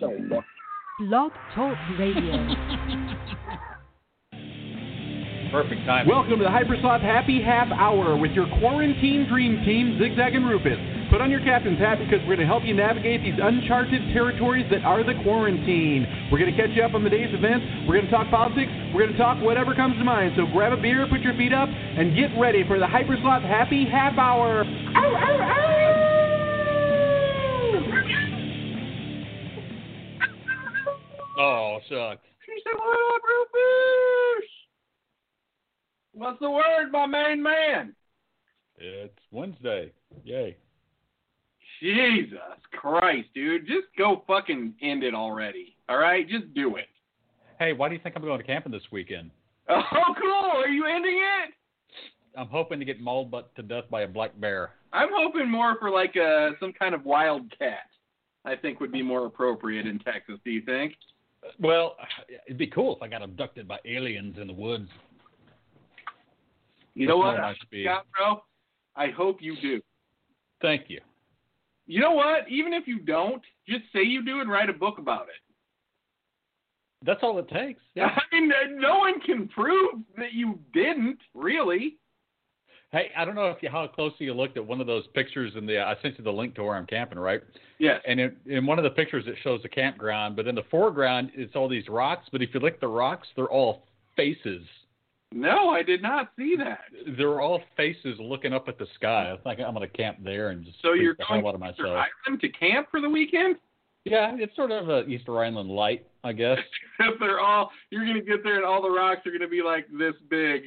sober. Blog Talk Radio. Perfect time. Welcome to the Hypersoft Happy Half Hour with your quarantine dream team, Zigzag and Rufus. Put on your captain's hat because we're going to help you navigate these uncharted territories that are the quarantine. We're going to catch you up on the day's events. We're going to talk politics. We're going to talk whatever comes to mind. So grab a beer, put your feet up, and get ready for the Hypersoft Happy Half Hour. oh, shucks. She said, "What up, Rufus? What's the word, my main man?" It's Wednesday. Yay. Jesus Christ, dude. Just go fucking end it already. All right? Just do it. Hey, why do you think I'm going to camping this weekend? Oh, cool. Are you ending it? I'm hoping to get mauled but to death by a black bear. I'm hoping more for like uh some kind of wild cat. I think would be more appropriate in Texas, do you think? Well, it'd be cool if I got abducted by aliens in the woods. You know That's what, not my speed. Scott, bro? I hope you do. Thank you. You know what? Even if you don't, just say you do and write a book about it. That's all it takes. I mean, uh, no one can prove that you didn't, really. Hey, I don't know if you, how closely you looked at one of those pictures in the. I sent you the link to where I'm camping, right? Yes. And in, in one of the pictures, it shows the campground, but in the foreground, it's all these rocks. But if you look at the rocks, they're all faces. No, I did not see that. They're all faces looking up at the sky. I think I'm going to camp there and just So freak you're the going hell out of to myself. Ireland to camp for the weekend? Yeah, it's sort of a Easter Island light, I guess. Except they're all you're gonna get there and all the rocks are gonna be like this big.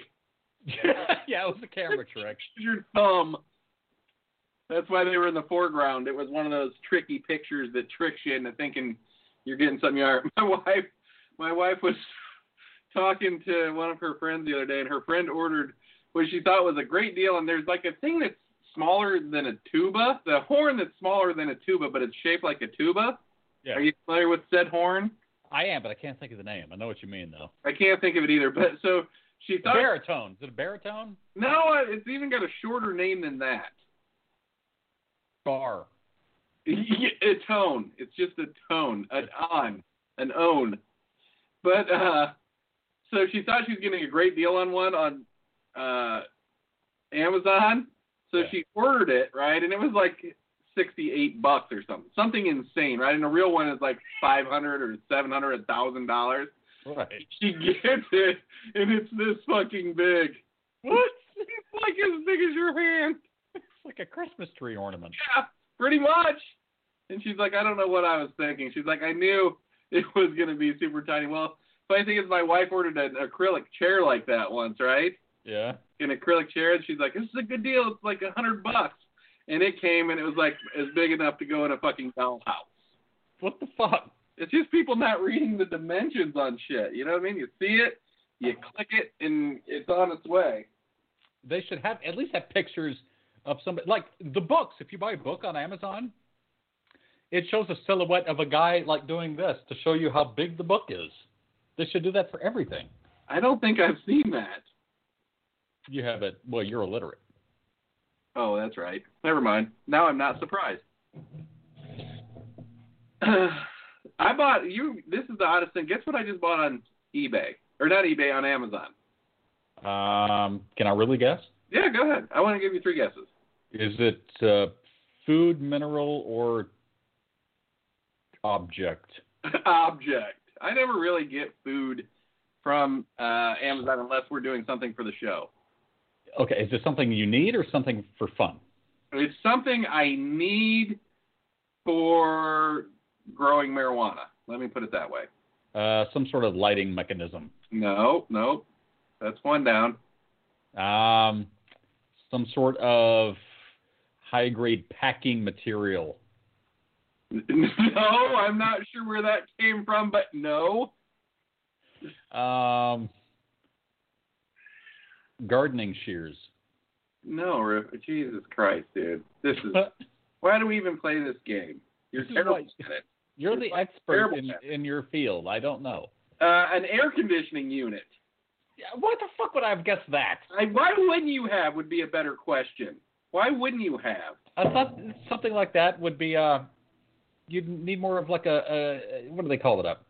yeah, it was a camera trick. Your thumb. Um, That's why they were in the foreground. It was one of those tricky pictures that tricks you into thinking you're getting something you aren't. My wife, my wife was talking to one of her friends the other day, and her friend ordered what she thought was a great deal. And there's like a thing that's smaller than a tuba, the horn that's smaller than a tuba, but it's shaped like a tuba. Yeah. Are you familiar with said horn? I am, but I can't think of the name. I know what you mean, though. I can't think of it either. But so she A thought, baritone. Is it a baritone? no, it's even got a shorter name than that. Bar. a tone. It's just a tone, an on, an own. But uh, so she thought she was getting a great deal on one on uh, Amazon. So Yeah. she ordered it right, and it was like sixty-eight bucks or something, something insane, right? And a real one is like five hundred or seven hundred, a thousand dollars. Right. She gets it, and it's this fucking big. What? It's like as big as your hand. It's like a Christmas tree ornament. Yeah, pretty much. And she's like, I don't know what I was thinking. She's like, I knew it was going to be super tiny. Well, funny thing is, my wife ordered an acrylic chair like that once, right? Yeah. An acrylic chair, and she's like, this is a good deal. It's like a hundred bucks. And it came, and it was like as big enough to go in a fucking dollhouse. What the fuck? It's just people not reading the dimensions on shit. You know what I mean? You see it, you click it, and it's on its way. They should have at least have pictures of somebody like the books. If you buy a book on Amazon, it shows a silhouette of a guy like doing this to show you how big the book is. They should do that for everything. I don't think I've seen that. You have it. Well, you're illiterate. Oh, that's right. Never mind. Now I'm not surprised. I bought you. This is the oddest thing. Guess what I just bought on eBay or not eBay on Amazon? Um, can I really guess? Yeah, go ahead. I want to give you three guesses. Is it uh, food, mineral, or object? Object. I never really get food from uh, Amazon unless we're doing something for the show. Okay, is it something you need or something for fun? It's something I need for growing marijuana. Let me put it that way. Uh, some sort of lighting mechanism. No, no, that's one down. Um, some sort of high grade packing material. No, I'm not sure where that came from, but no. Um, gardening shears. No, Ru- Jesus Christ, dude. This is Uh, why do we even play this game? You're This is terrible like- at it. You're the expert Terrible in, at in your field. I don't know. Uh, an air conditioning unit. Yeah, Why the fuck would I have guessed that? I, why wouldn't you have would be a better question. Why wouldn't you have? I thought something like that would be uh, you'd need more of like a, a what do they call it up?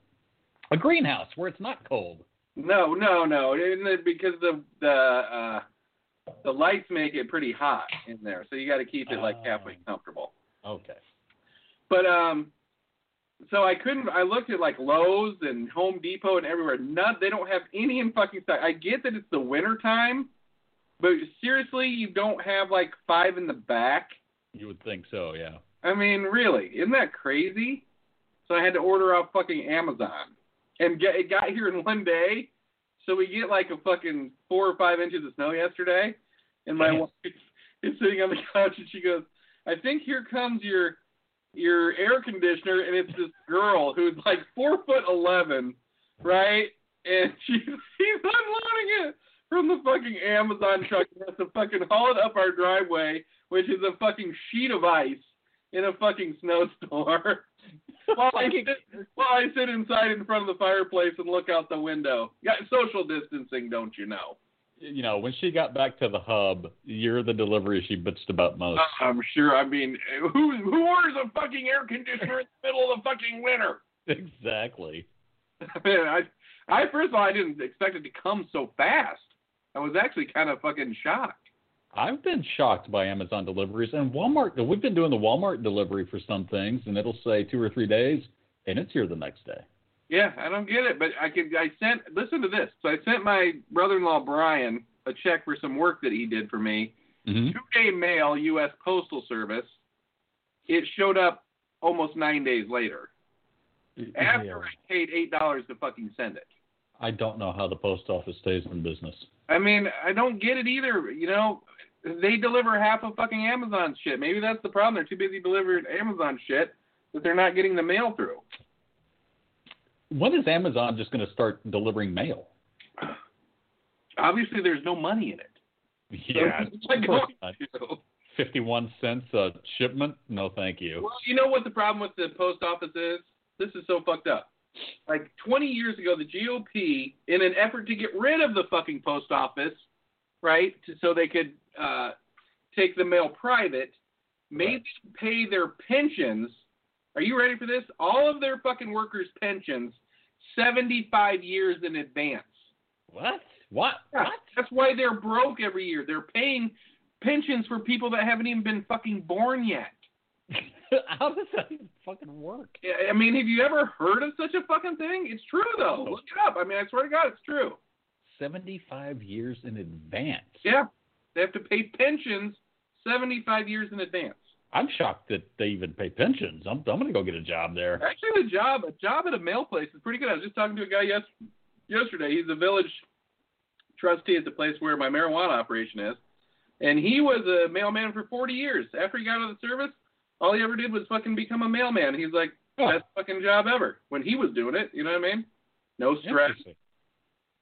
A greenhouse where it's not cold. No, no, no. And then because the the uh, the lights make it pretty hot in there, so you got to keep it like halfway Oh. comfortable. Okay. But um, so I couldn't. I looked at like Lowe's and Home Depot and everywhere. None. They don't have any in fucking stock. I get that it's the winter time, but seriously, you don't have like five in the back. You would think so, yeah. I mean, really, isn't that crazy? So I had to order off fucking Amazon, and get, it got here in one day. So we get like a fucking four or five inches of snow yesterday, and my Damn. wife is sitting on the couch and she goes, "I think here comes your your air conditioner, and it's this girl who's like four foot eleven, right? And she's she's unloading it from the fucking Amazon truck and has to fucking haul it up our driveway, which is a fucking sheet of ice in a fucking snowstorm. while I sit while I sit inside in front of the fireplace and look out the window. Yeah, social distancing, don't you know? You know, when she got back to the hub, you're the delivery she bitched about most. Uh, I'm sure. I mean, who who orders a fucking air conditioner in the middle of the fucking winter? Exactly. Man, I, I first of all, I didn't expect it to come so fast. I was actually kind of fucking shocked. I've been shocked by Amazon deliveries and Walmart. We've been doing the Walmart delivery for some things, and it'll say two or three days, and it's here the next day. Yeah, I don't get it, but I could. I sent. Listen to this. So I sent my brother-in-law Brian a check for some work that he did for me. Mm-hmm. Two-day mail, U.S. Postal Service. It showed up almost nine days later after I paid eight dollars to fucking send it. I don't know how the post office stays in business. I mean, I don't get it either. You know, they deliver half of fucking Amazon shit. Maybe that's the problem. They're too busy delivering Amazon shit that they're not getting the mail through. When is Amazon just going to start delivering mail? Obviously, there's no money in it. it's Like, of what course not. fifty-one cents a shipment. No, thank you. Well, you know what the problem with the post office is? This is so fucked up. Like 20 years ago, the GOP, in an effort to get rid of the fucking post office, right, to, so they could uh, take the mail private, made Right. them pay their pensions. Are you ready for this? All of their fucking workers' pensions 75 years in advance. What? What? Yeah, That's why they're broke every year. They're paying pensions for people that haven't even been fucking born yet. What? How does that even fucking work? I mean, have you ever heard of such a fucking thing? It's true though. No. Look it up. I mean, I swear to God, it's true. Seventy-five years in advance. Yeah, they have to pay pensions seventy-five years in advance. I'm shocked that they even pay pensions. I'm, I'm going to go get a job there. Actually, the job a job at a mail place is pretty good. I was just talking to a guy yes, yesterday. He's a village trustee at the place where my marijuana operation is, and he was a mailman for forty years. After he got out of the service, all he ever did was fucking become a mailman. He's like Huh. best fucking job ever when he was doing it. You know what I mean? No stress. Interesting.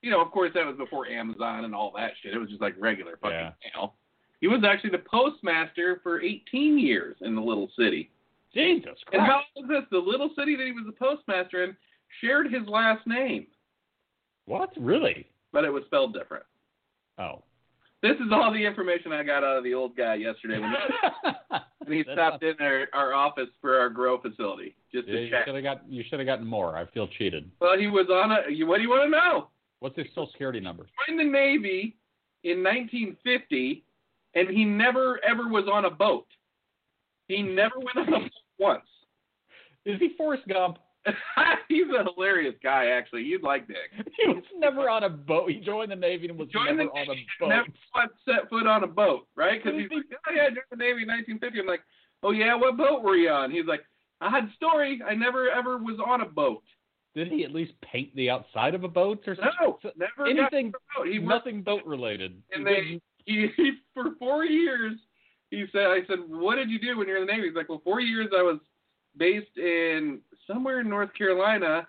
you know, of course, that was before Amazon and all that shit. It was just like regular fucking Yeah. mail. He was actually the postmaster for 18 years in the little city. Jesus And Christ. how is this? The little city that he was the postmaster in shared his last name, what? Really? but it was spelled different. Oh. This is all the information I got out of the old guy yesterday when he, when he That's stopped in our, our office for our grow facility just not- to Yeah, you check. should have got. You should have gotten more. I feel cheated. Well, he was on a. you- What do you want to know? What's his social security number? Joined the Navy in 1950, and he never ever was on a boat. He never went on a boat once. Is he Forrest Gump? He's a hilarious guy, actually. You'd like Dick. He was never on a boat. He joined the Navy and was Joined never the on a Navy, boat. never once set foot on a boat, right? Because he's What like, oh yeah, I joined the Navy in 1950. I'm like, oh yeah, what boat were you on? He's like, odd story. I never ever was on a boat. Did he at least paint the outside of a boat or something? No, So- never got anything, on a boat. He worked nothing boat related. And they- he, he for four years he said I said, What did you do when you were in the Navy? He's like, Well four years I was based in somewhere in North Carolina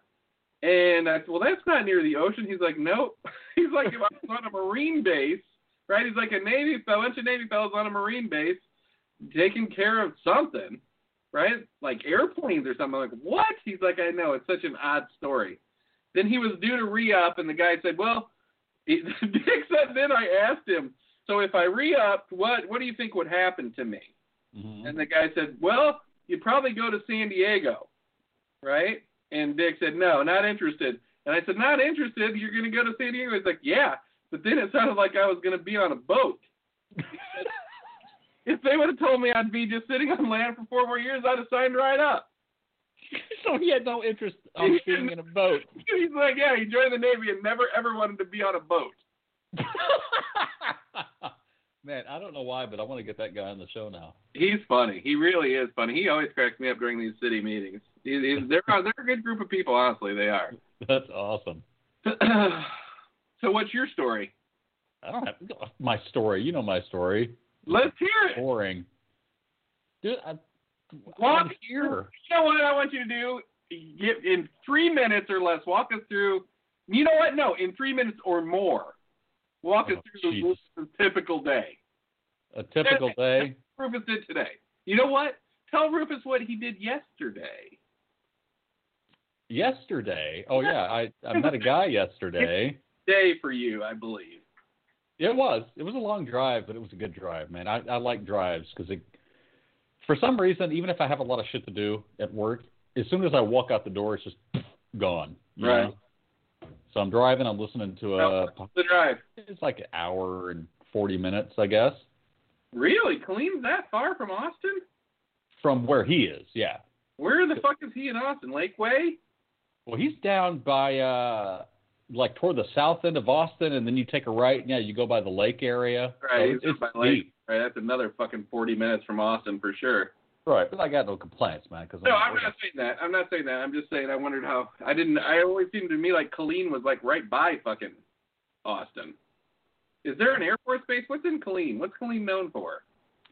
and I said, Well that's not near the ocean. He's like, Nope. He's like if I was on a marine base, right? He's like a Navy fellow, bunch of Navy fellows on a marine base taking care of something, right? Like airplanes or something. I'm like, what? He's like, I know, it's such an odd story. Then he was due to re up and the guy said, Well, he- Dick said then I asked him, so if I re-upped, what what do you think would happen to me? Mhm. And the guy said, well, you'd probably go to San Diego, right? And Dick said, no, not interested. And I said, not interested? You're going to go to San Diego? He's like, yeah. But then it sounded like I was going to be on a boat. if they would have told me I'd be just sitting on land for four more years, I'd have signed right up. so he had no interest on being in a boat. He's like, yeah, he joined the Navy and never ever wanted to be on a boat. Man, I don't know why, but I want to get that guy on the show now. He's funny. He really is funny. He always cracks me up during these city meetings. He, he, they're, they're a good group of people, honestly. They are. That's awesome. so, what's your story? I don't have my story. You know my story. Let's hear it. Boring. Dude, I, walk I'm here. You know what I want you to do? Get in three minutes or less. Walk us through. You know what? No, in three minutes or more. Walk Oh, us through the jeez. rules of a typical day. A typical day. Rufus did today. You know what? Tell Rufus what he did yesterday. Yesterday. Oh yeah, I I met a guy yesterday. Day for you, I believe. It was. It was a long drive, but it was a good drive, man. I, I like drives because it, for some reason, even if I have a lot of shit to do at work, as soon as I walk out the door, it's just gone. you Right. know? So I'm driving. I'm listening to a. How was the drive. It's like an hour and forty minutes, I guess, Really? Kaleem's that far from Austin? from where he is. Yeah. Where the fuck is he in Austin? Lakeway? Well, he's down by uh, like toward the south end of Austin, and then you take a right. and, Yeah, you go by the lake area. So Right. it's- he's up it's by Lake. deep. Right. That's another fucking 40 minutes from Austin for sure. Right, but I got no complaints, man. Because No, I'm not saying that. I'm not saying that. I'm just saying I wondered how. I didn't. I always seemed to me like Colleen was like right by fucking Austin. Is there an Air Force base? What's in Colleen? What's Colleen known for?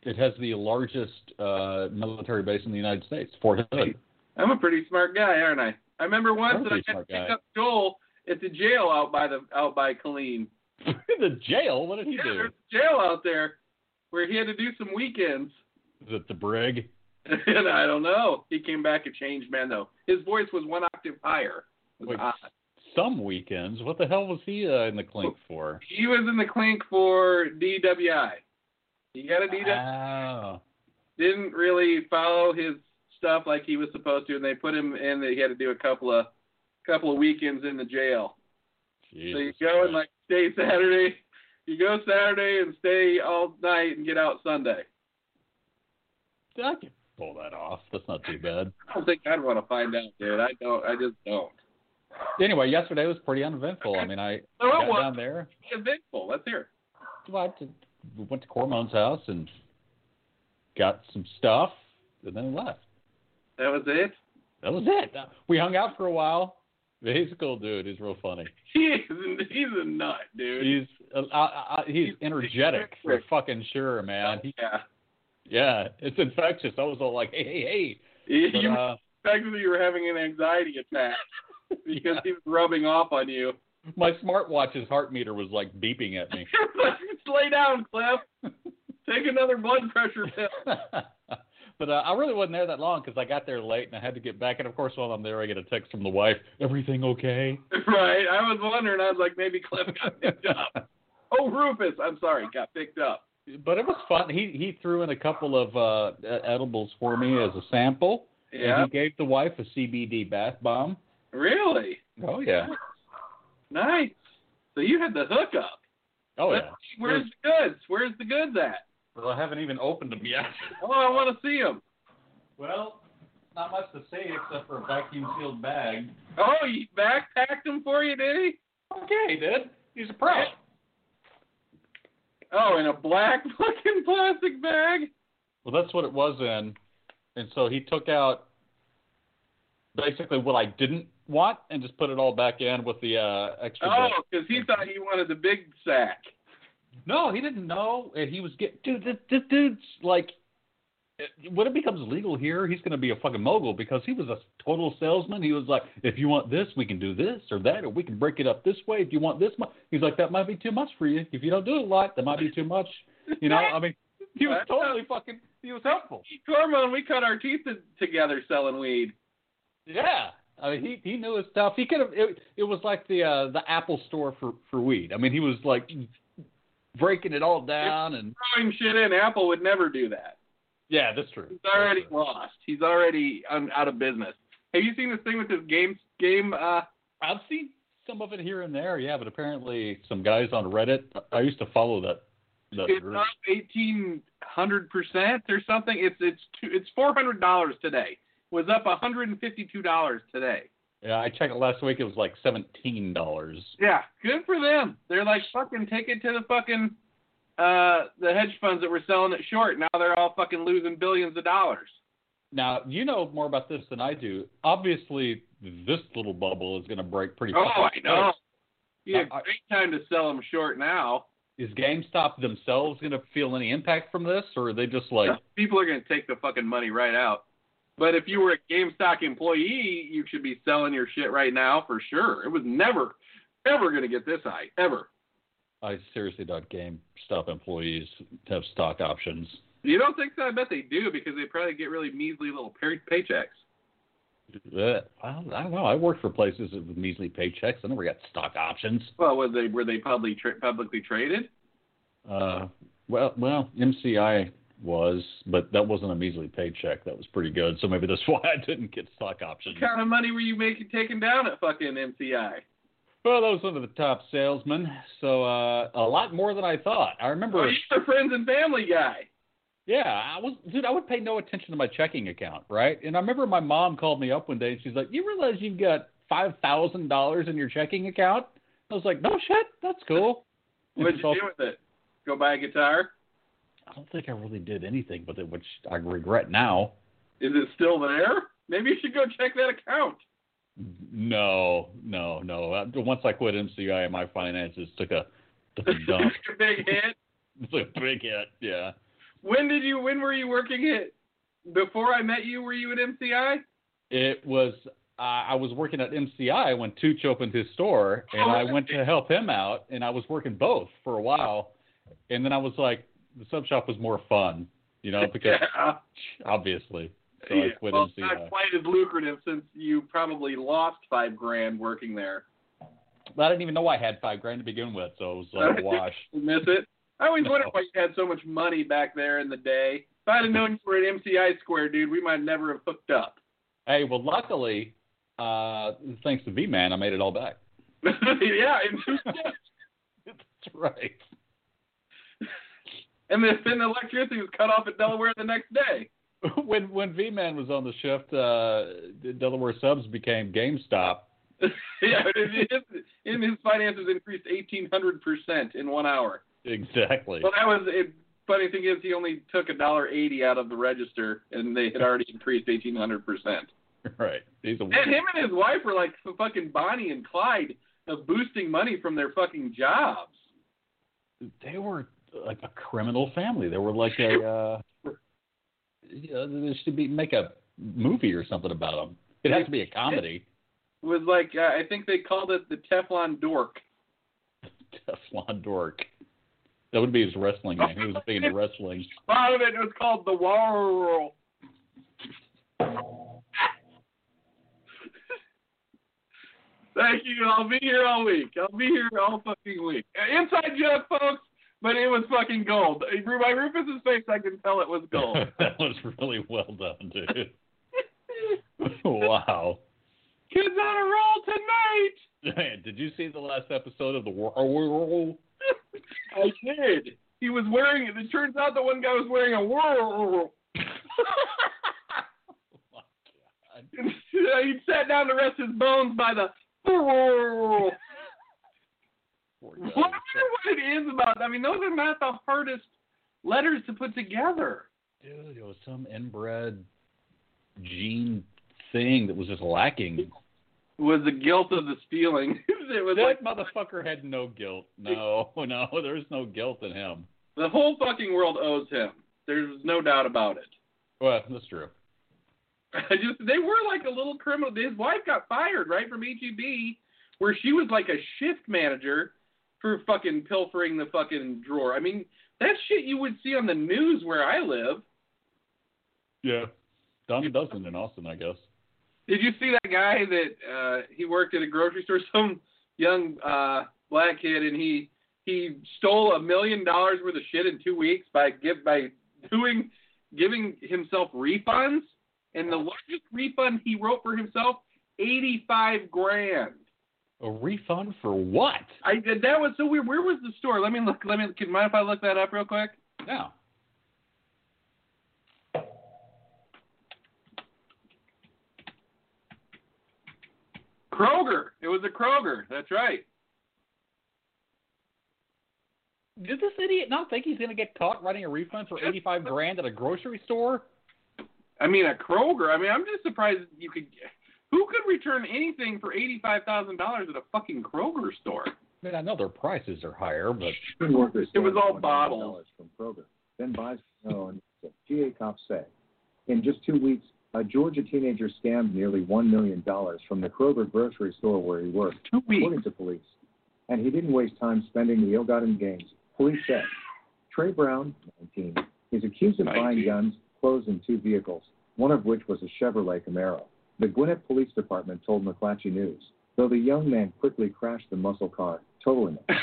It has the largest uh, military base in the United States, Fort Hood. I'm a pretty smart guy, aren't I? I remember once You're a that I pretty had to smart pick guy. up Joel at the jail out by the out by Colleen. the jail? What did he Yeah, do? there's a jail out there where he had to do some weekends. Is it the brig? And I don't know. He came back a changed man though. His voice was one octave higher. It was Wait, odd. some weekends. What the hell was he uh, in the clink for? He was in the clink for DWI. He got a DWI. Oh, Didn't really follow his stuff like he was supposed to, and they put him in. That he had to do a couple of couple of weekends in the jail. so you Jesus go and Christ. like stay Saturday. You go Saturday and stay all night and get out Sunday. I can pull that off. That's not too bad. I don't think I'd want to find out, dude. I don't. I just don't. Anyway, yesterday was pretty uneventful. I mean, I No, it got was. down there. Eventful. Let's hear. it. Well, I t- went to Cormon's house and got some stuff, and then left. That was it. That was it. We hung out for a while. He's a cool dude. He's real funny. He's he's a nut, dude. He's uh, I, I, he's energetic for fucking sure, man. He, yeah. yeah, it's infectious. I was all like, hey, hey, hey. But, You- uh, fact that you were having an anxiety attack because he was rubbing off on you. my smartwatch's heart meter was like beeping at me. Just lay down, Cliff. Take another blood pressure pill. but uh, I really wasn't there that long because I got there late and I had to get back. And of course, while I'm there, I get a text from the wife. Everything okay? right. I was wondering. I was like, maybe Cliff got picked up. Oh, Rufus. I'm sorry. Got picked up. but it was fun. He he threw in a couple of uh, e- edibles for me as a sample. Yeah. And he gave the wife a CBD bath bomb. Really? Oh yeah. Nice. So you had the hookup. Oh Let's yeah. see, Where's the goods? Where's the goods at? Well, I haven't even opened them yet. Oh, I want to see them. well, not much to say except for a vacuum sealed bag. Oh, he backpacked them for you, did he? Okay, dude. He's a pro. Oh, in a black fucking plastic bag. Well, that's what it was in, and so he took out basically what I didn't want and just put it all back in with the uh, extra. Oh, bit. because he thought he wanted the big sack. No, he didn't know, and he was getting dude. This, this dude's like, when it becomes legal here, he's going to be a fucking mogul because he was a total salesman. He was like, if you want this, we can do this or that, or we can break it up this way. If you want this much, he's like, that might be too much for you. If you don't do it a lot, that might be too much. You know, um, I mean, he was totally fucking. He was helpful. Cormon, we cut our teeth t- together selling weed. Yeah. I mean, he he knew his stuff. He could have. It, it was like the uh, the Apple store for for weed. I mean, he was like breaking it all down and Throwing shit in. Apple would never do that. Yeah, that's true. He's already That's true. lost. He's already um, out of business. Have you seen this thing with this game game uh, I've seen some of it here and there, yeah, but apparently some guys on Reddit. I used to follow that. that it's group. up eighteen hundred percent or something. It's it's two, it's four hundred dollars today. Was up one hundred and fifty two dollars today. Yeah, I checked it last week. It was like seventeen dollars. Yeah, good for them. They're like fucking take it to the fucking uh the hedge funds that were selling it short. Now they're all fucking losing billions of dollars. Now you know more about this than I do. Obviously, this little bubble is going to break pretty. Oh, I fucking know. fast. Yeah, I- I- great time to sell them short now. Is GameStop themselves going to feel any impact from this, or are they just like, People are going to take the fucking money right out. But if you were a GameStop employee, you should be selling your shit right now for sure. It was never, ever going to get this high, ever. I seriously doubt GameStop employees have stock options? You don't think so? I bet they do because they probably get really measly little pay- paychecks. Uh, I don't, I don't know. I worked for places with measly paychecks. I never got stock options. Well, was they were they publicly tra- publicly traded? Uh, well, well, MCI was, but that wasn't a measly paycheck. That was pretty good. So maybe that's why I didn't get stock options. What kind of money were you making taking down at fucking MCI? Well, I was one of the top salesmen, so uh, a lot more than I thought. I Oh, remember, you're the friends and family guy. yeah, I was, dude. I would pay no attention to my checking account, right? And I remember my mom called me up one day, and she's like, "You realize you've got five thousand dollars in your checking account?" I was like, "No shit, that's cool." And What'd she's you all- do with it? Go buy a guitar? I don't think I really did anything with it, which I regret now. Is it still there? Maybe you should go check that account. No, no, no. Uh, Once I quit MCI, my finances took a took a dump. Took a big hit. it's a big hit. Yeah. When did you? When were you working it? Before I met you, were you at MCI? It was I I was working at MCI when Tooch opened his store, and I went to help him out, and I was working both for a while, and then I was like, the sub shop was more fun, you know, because yeah. obviously, so I yeah. quit well, MCI. not quite as lucrative since you probably lost five grand working there. But I didn't even know I had five grand to begin with, so it was like a wash. You miss it? I always No. wondered why you had so much money back there in the day. If I'd have known you were at MCI Square, dude, we might never have hooked up. Hey, well, luckily, uh, thanks to V Man, I made it all back. yeah, and, That's right. and then then the electricity was cut off at Delaware the next day. when when V Man was on the shift, uh, Delaware subs became GameStop. yeah, his, and his finances increased eighteen hundred percent in one hour. Exactly. Well, that was it. Funny thing is, he only took a dollar eighty out of the register, and they had already increased eighteen hundred percent. Right. He's a And him and his wife were like the fucking Bonnie and Clyde of boosting money from their fucking jobs. they were like a criminal family. They were like a uh, you know, there should be make a movie or something about them. It has to be a comedy. It was like uh, I think they called it the Teflon Dork. Teflon Dork. That would be his wrestling name. He was big into wrestling. A lot of it was called the Warl. Thank you. I'll be here all week. I'll be here all fucking week. Uh, Inside joke, folks, but it was fucking gold. Uh, By Rufus's face, I can tell it was gold. that was really well done, dude. wow. Kids on a roll tonight. Did you see the last episode of the War? I did. He was wearing. It turns out the one guy was wearing a whirl. he sat down to rest his bones by the whirl. Poor I guy. wonder what it is about. I mean, those are not the hardest letters to put together. Dude, it was some inbred gene thing that was just lacking. It was the guilt of the stealing. it was like That motherfucker had no guilt. No, no, there's no guilt in him. the whole fucking world owes him. There's no doubt about it. Well, that's true. I just they were like a little criminal. His wife got fired right from HEB, where she was like a shift manager for fucking pilfering the fucking drawer. I mean, that shit you would see on the news where I live. Yeah. Dumb doesn't in Austin, I guess. Did you see that guy that uh he worked at a grocery store? Some young uh black kid, and he he stole a million dollars worth of shit in two weeks by give by doing giving himself refunds, and the largest refund he wrote for himself, eighty-five grand. A refund for what? I that was so weird. Where was the store? Let me look. Let me. Can mind if I look that up real quick? No. Kroger. It was a Kroger. That's right. Did this idiot not think he's going to get caught writing a refund for eighty-five grand at a grocery store? I mean, a Kroger. I mean, I'm just surprised you could. Who could return anything for eighty-five thousand dollars at a fucking Kroger store? I mean, I know their prices are higher, but Workers It was stand all $100 bottled. From Kroger, then buys snow and GA cops say, in just two weeks, a Georgia teenager scammed nearly one million dollars from the Kroger grocery store where he worked, Two weeks. according to police. And he didn't waste time spending the ill-gotten gains. Police said Trey Brown, 19, is accused of buying 19. guns, clothes, and two vehicles, one of which was a Chevrolet Camaro. The Gwinnett Police Department told McClatchy News, though the young man quickly crashed the muscle car, totaling he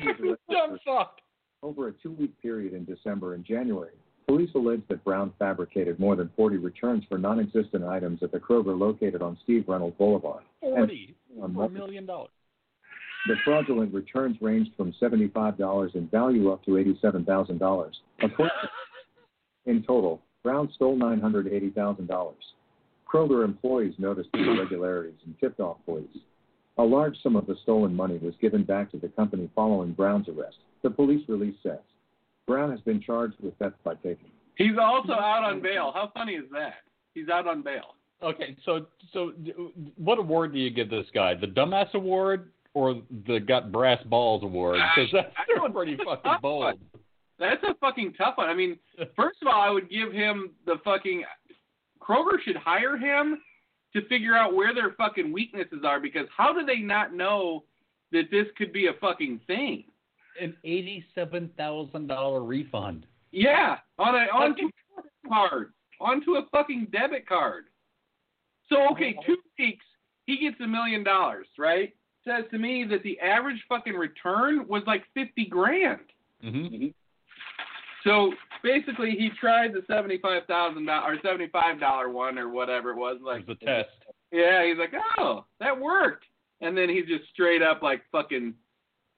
He's really a- dumb fuck. Over a two week period in December and January, police allege that Brown fabricated more than 40 returns for non existent items at the Kroger located on Steve Reynolds Boulevard. forty On for a multiple- million dollars. The fraudulent returns ranged from $75 in value up to $87,000. According to- In total, Brown stole $980,000. Kroger employees noticed the irregularities and tipped off police. A large sum of the stolen money was given back to the company following Brown's arrest, the police release says. Brown has been charged with theft by taking. He's also out on bail. How funny is that? He's out on bail. Okay, so so d- what award do you give this guy? The dumbass award or the got brass balls award? Because that's Ah, I still don't- pretty fucking that's bold. That's a fucking tough one. I mean, first of all, I would give him the fucking Kroger should hire him to figure out where their fucking weaknesses are because how do they not know that this could be a fucking thing? An eighty-seven thousand dollar refund. Yeah, on a onto a credit card, onto a fucking debit card. So okay, two weeks he gets a million dollars, right? Says to me that the average fucking return was like fifty grand. Mm-hmm. So basically, he tried the seventy-five thousand dollar or seventy-five dollar one or whatever it was. Like, the test. yeah, he's like, oh, that worked. And then he's just straight up like fucking,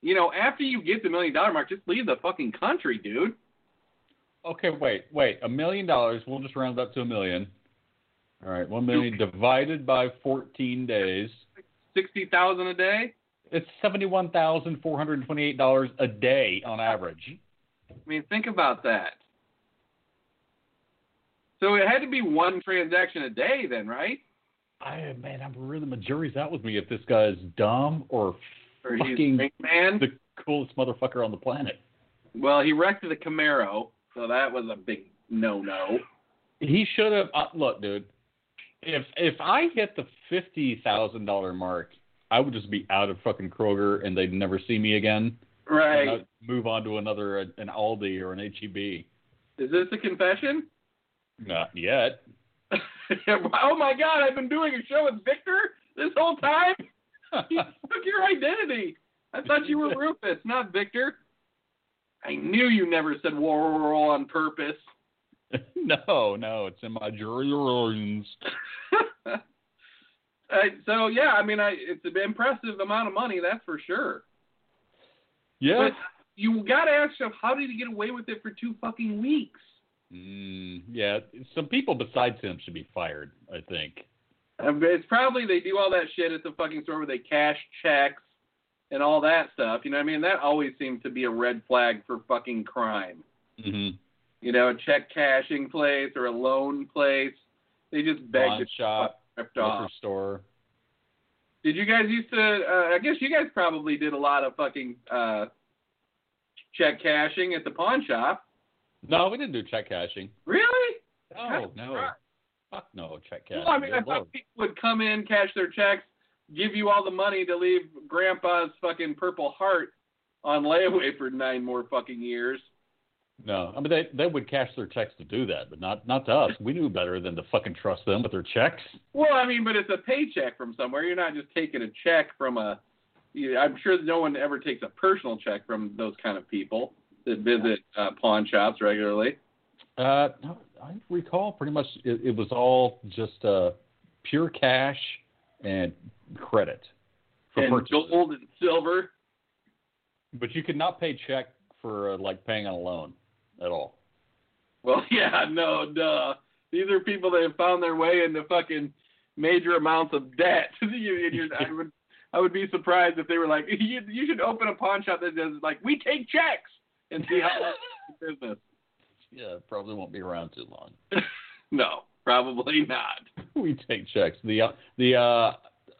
you know, after you get the million dollar mark, just leave the fucking country, dude. Okay, wait, wait. A million dollars. We'll just round up to a million. All right, one million divided by fourteen days. Sixty thousand a day. It's seventy-one thousand four hundred twenty-eight dollars a day on average. I mean, think about that. So it had to be one transaction a day, then, right? I man, I'm really my jury's out with me if this guy's dumb or Or he's fucking a man. the coolest motherfucker on the planet. well, he wrecked the Camaro, so that was a big no-no. He should have uh, look, dude. If if I hit the fifty thousand dollar mark, I would just be out of fucking Kroger and they'd never see me again. Right. And I'd move on to another uh, an Aldi or an H E B. Is this a confession? Not yet. oh my God, I've been doing a show with Victor this whole time? He took your identity. I thought you were Rufus, not Victor. I knew you never said war, war, war on purpose. no, no, it's in my dreams. uh, so, yeah, I mean, I, it's an impressive amount of money, that's for sure. Yeah. But you got to ask yourself, how did he get away with it for two fucking weeks? Mm, yeah. Some people besides him should be fired, I think. Um, It's probably they do all that shit at the fucking store where they cash checks and all that stuff. You know what I mean? That always seems to be a red flag for fucking crime. Mm-hmm. You know, a check cashing place or a loan place. They just beg to Bond shop, ripped liquor off. store. store. Did you guys used to? Uh, I guess you guys probably did a lot of fucking uh, check cashing at the pawn shop. No, we didn't do check cashing. Really? No, no. Fuck no, check cashing. Well, I mean, I Good thought lord. people would come in, cash their checks, give you all the money to leave Grandpa's fucking Purple Heart on layaway for nine more fucking years. No, I mean they they would cash their checks to do that, but not not to us. We knew better than to fucking trust them with their checks. Well, I mean, but it's a paycheck from somewhere. You're not just taking a check from a. you- I'm sure no one ever takes a personal check from those kind of people that visit uh, pawn shops regularly. Uh, no, I recall pretty much it, it was all just uh, pure cash and credit for and purchases. gold and silver. But you could not pay check for uh, like paying on a loan at all. Well, yeah, no, duh. These are people that have found their way into fucking major amounts of debt. You- and you're- I would, I would be surprised if they were like, you, you should open a pawn shop that does like, we take checks and see how long it's in business. Yeah, it probably won't be around too long. No, probably not. we take checks. The uh, the uh,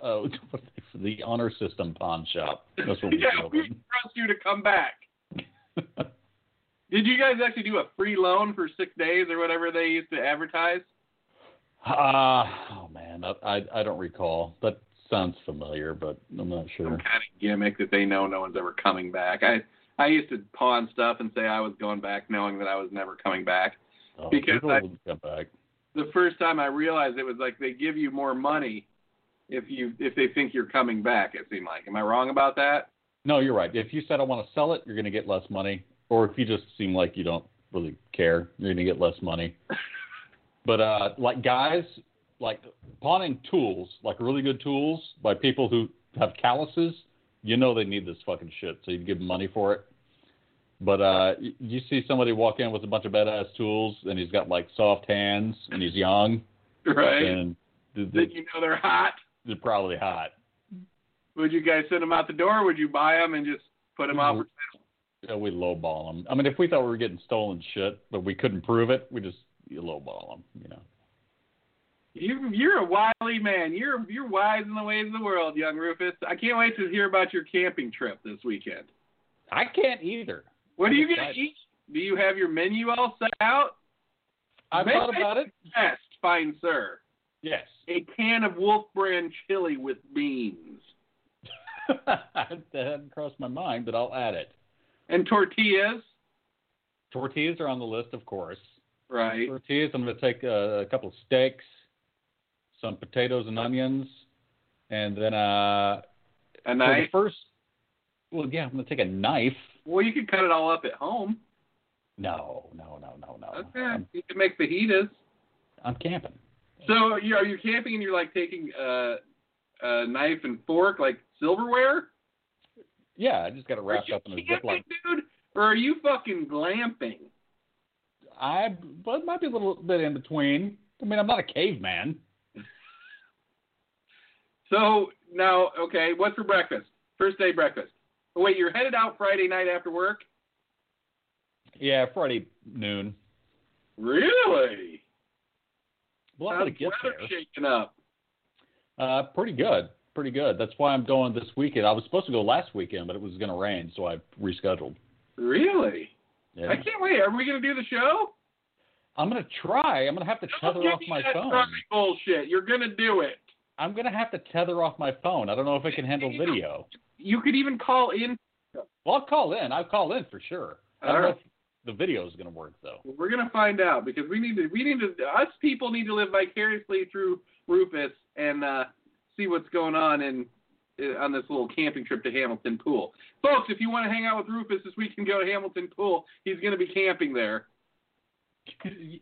uh, the honor system pawn shop. That's what we yeah, call we it. trust you to come back. Did you guys actually do a free loan for six days or whatever they used to advertise? Uh, oh man, I, I I don't recall. That sounds familiar, but I'm not Some sure. kind of gimmick that they know no one's ever coming back. I I used to pawn stuff and say I was going back, knowing that I was never coming back. Oh, Because people I- wouldn't come back. The first time I realized it was like they give you more money if you if they think you're coming back. It seemed like. Am I wrong about that? No, you're right. If you said I want to sell it, you're going to get less money. Or if you just seem like you don't really care, you're going to get less money. but uh, like guys, like pawning tools, like really good tools by people who have calluses, you know they need this fucking shit, so you give them money for it. But uh, y- you see somebody walk in with a bunch of badass tools, and he's got like soft hands, and he's young, Right. and th- Then th- you know they're hot. they're probably hot. Would you guys send them out the door? Or would you buy them and just put them out? For- Yeah, we lowball them. I mean, if we thought we were getting stolen shit, but we couldn't prove it, we just you lowball them. You know. You, you're a wily man. You're you're wise in the ways of the world, young Rufus. I can't wait to hear about your camping trip this weekend. I can't either. What are you I'm gonna excited. eat? Do you have your menu all set out? I Make thought it about it. Yes, fine, sir. Yes. A can of Wolf Brand chili with beans that hadn't crossed my mind, but I'll add it. and tortillas. Tortillas are on the list, of course. Right. Tortillas. I'm going to take uh, a couple of steaks, some potatoes and onions, and then A uh, for the knife. first. Well, yeah, I'm going to take a knife. Well, you could cut it all up at home. No, no, no, no, no. Okay. I'm, You can make fajitas. I'm camping. So you are you camping and you're like taking uh, a knife and fork like silverware? Yeah, I just got it Are wrapped you up in a Ziploc camping, dude? Or are you fucking glamping? I well, it might be a little bit in between. I mean, I'm not a caveman. So now, okay, what's for breakfast? First day breakfast. Oh, wait, you're headed out Friday night after work? Yeah, Friday noon. Really? Well, I'm How's gonna get weather there. shaking up? Uh, pretty good, pretty good. That's why I'm going this weekend. I was supposed to go last weekend, but it was gonna rain, so I rescheduled. Really? Yeah. I can't wait. Are we gonna do the show? I'm gonna try. I'm gonna have to Don't tether give off me my that phone. Friday bullshit. You're gonna do it. I'm gonna have to tether off my phone. I don't know if it can handle Yeah. video. You could even call in. Well, I'll call in. I'll call in for sure. I All don't know right. if the video is gonna work though. We're gonna find out because we need to. We need to. Us people need to live vicariously through Rufus and uh, see what's going on in uh, on this little camping trip to Hamilton Pool, folks. If you want to hang out with Rufus this week, you can go to Hamilton Pool. He's gonna be camping there.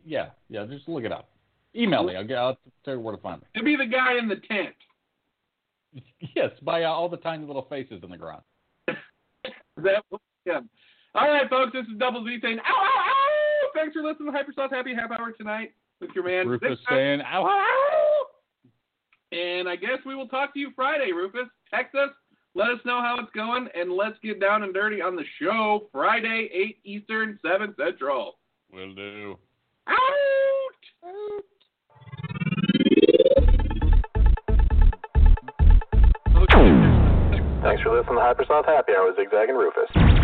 yeah, yeah. Just look it up. Email me. I'll, get- I'll tell you where to find me. He'll be the guy in the tent. Yes, by uh, all the tiny little faces in the ground. That was him. All right, folks. This is Double Z saying, "Ow, ow, ow!" Thanks for listening to Hypersauce Happy Half Hour tonight with your man Rufus Nick Tuck. saying, ow, ow, And I guess we will talk to you Friday, Rufus. Text us, let us know how it's going, and let's get down and dirty on the show Friday, 8 Eastern, 7 Central. Will do. Out! Okay. Thanks for listening to Hypersonic Happy Hour with Zigzag and Rufus.